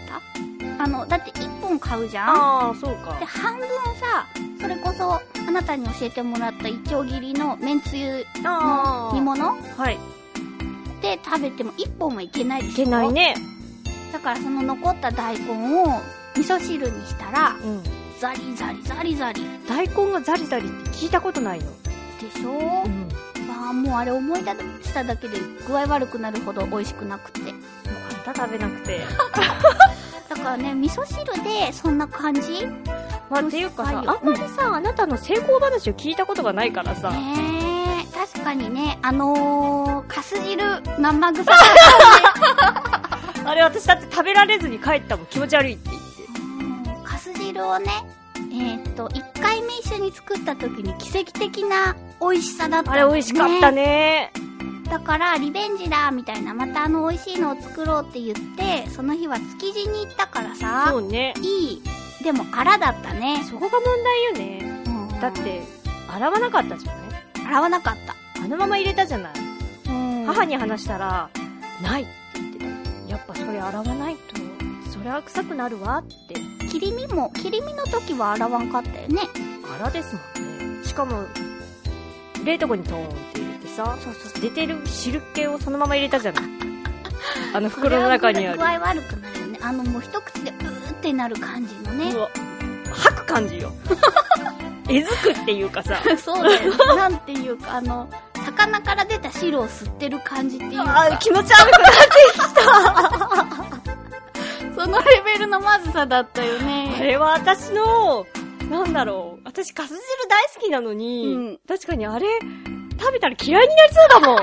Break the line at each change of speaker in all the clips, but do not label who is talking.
たあの、だって1本買うじゃん
ああ、そうか
で、。半分さ、それこそ、あなたに教えてもらった一丁切りのめんつゆの
あー
煮物
はい。い
で食べても1本もいけないでしょ
けない。ね。
だからその残った大根を味噌汁にしたら、
うん。
ザリザリザリザリ
大根がザリザリって聞いたことないの。
でしょ
ん。
まあもうあれ思い出しただけで具合悪くなるほど美味しくなくて。
よかった、食べなく て。
だからね、味噌汁でそんな感じ
まあ、っていうかさ、
はい
あんまりさ、あなたの成功話を聞いたことがないからさ。
ねえ、確かにね、あのー、かす汁生臭い。
あれ私だって食べられずに帰ったもん気持ち悪いって言って。
うんかす汁をね、えーっと、1回目一緒に作った時に奇跡的な美味しさだった、
あれ美味しかった
ね。
ね。
だから、リベンジだみたいな、またあの美味しいのを作ろうって言って、その日は築地に行ったからさ
そ、うね。
いい。でも、あらだったね。
そこが問題よね。
うん
だって、洗わなかったじゃない
洗わなかった。
あのまま入れたじゃない。母
母に、
に話したら、ないって言ってた。やっぱそれ洗わないと、それは臭くなるわって。
切り身も、切り身の時は洗わんかったよね。
柄ですもんね。しかも、冷凍庫にトーンって入れてさ、
そうそう
出てる汁気をそのまま入れたじゃない。 あの袋の中にある。
具合悪くなるよね。あの、もう一口で、うーってなる感じのね
う。わ吐く感じ よ。えずくっていうかさ。
そうだよね。なんていうか、あの、魚から出た汁を吸ってる感じっていう
あ
か、
気持ち悪くな
そのレベルのまずさだったよ
い。あ
ね。
れは私の、なんだろう。私、カス汁大好きなのに、
うん
確かにあれ、食べたら嫌いになりそうだもん。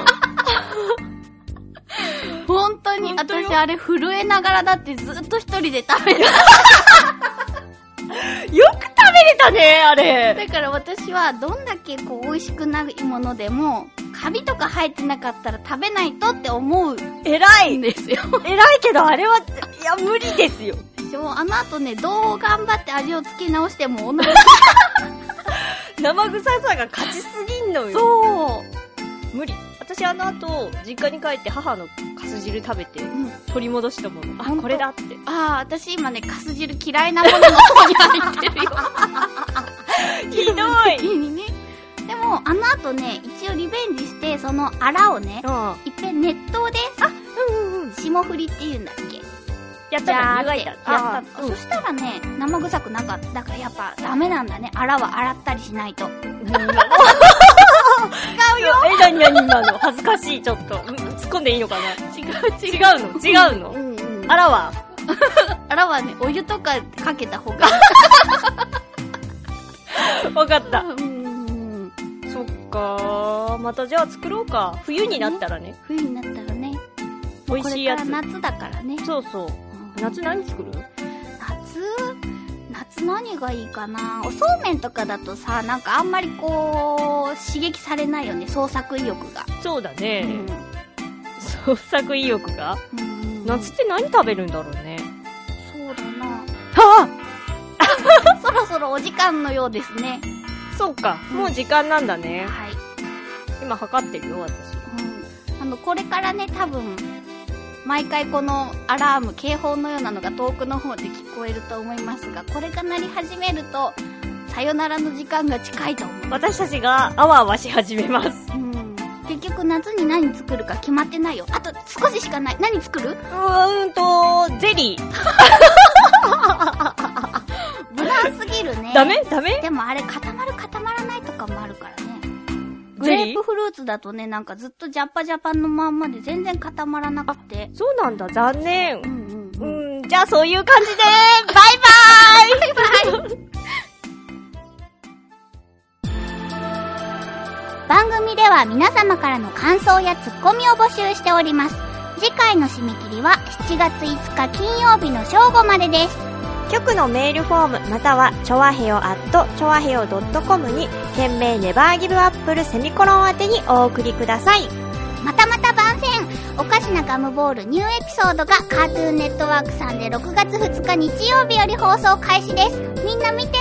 本当に、
本当よ
私あれ震えながらだってずっと一人で食べた。
よく食べれたね、あれ。
だから私は、どんだけこう、美味しくないものでも、カビとか生えてなかったら食べないとって思う
偉
ん
い。
ですよ。
偉いけど、あれは、いや、無理ですよ。
でもあの後ね、どう頑張って味をつけ直しても同じ。
生臭さが勝ちすぎんのよ。
そう。
無理。私あの後、実家に帰って母のカス汁食べて、
うん
取り戻したもの。
ほん
あ、
と
これだって。
ああ、私今ね、カス汁嫌いなものの方に入ってるよ。
ひど
的
い。
にね。でも、あの後ね、一応リベンジして、そのアラをね、
あ
いっぺん熱湯で、あ、
うんうんうん。
霜降りって言うんだっけ
やっ
じ
た
ゃ
ら
あ、
湯が
って
いた。
やった
あ
の。そしたらね、生臭くなかった。だからやっぱダメなんだね。アラは洗ったりしないと。
違うよ。え、なになに今の。恥ずかしい、ちょっと。うん突っ込んでいいのかな
違う
違
う。
うの違う
う
の
んうん。
あらは。
アラはね、お湯とかかけた方が。
わかった。
うんうんうん。
そっかー。またじゃあ作ろうか。冬になったらね。
冬になったらね、
美味
こ
しい
れ
や
から
つ。
夏だからね。
そうそう。
うん
夏何作る
夏夏何がいいかなおそうめんとかだとさなんかあんまりこう刺激されないよね創作意欲が、
そうだね。創作意欲が。
うん
夏って何食べるんだろうね。
そうだな
あ
そろそろお時間のようですね
そうか。もう時間なんだね。
はい、
今測ってるよ、私。
うん、あのこれからね多分毎回このアラーム警報のようなのが遠くの方で聞こえると思いますがこれが鳴り始めるとさよならの時間が近いと思う
私たちがあわあわし始めます。
うん結局夏に何作るか決まってないよ。あと少ししかない。何作る
うーんと、ゼリー。。
無難すぎるね
ダメダメ
でもあれ固まる固まらないとかもあるからね。グ
ゼ
レ
リ
ー
ー
プフルーツだとね、なんかずっとジャパジャパンのまんまで全然固まらなくて。
そうなんだ、残念
う。んうんう
う
ん。
ん、じゃあそういう感じで、バイ
番組では皆様からの感想やツッコミを募集しております。次回の締め切りは7月5日金曜日の正午までです。
局のメールフォームまたはチョアヘヨアットチョアヘヨ .com に件名ネバーギブアップルセミコロン宛てにお送りください
またまた番宣おかしなガムボールニューエピソードがカートゥーンネットワークさんで6月2日日曜日より放送開始です。みんな見てね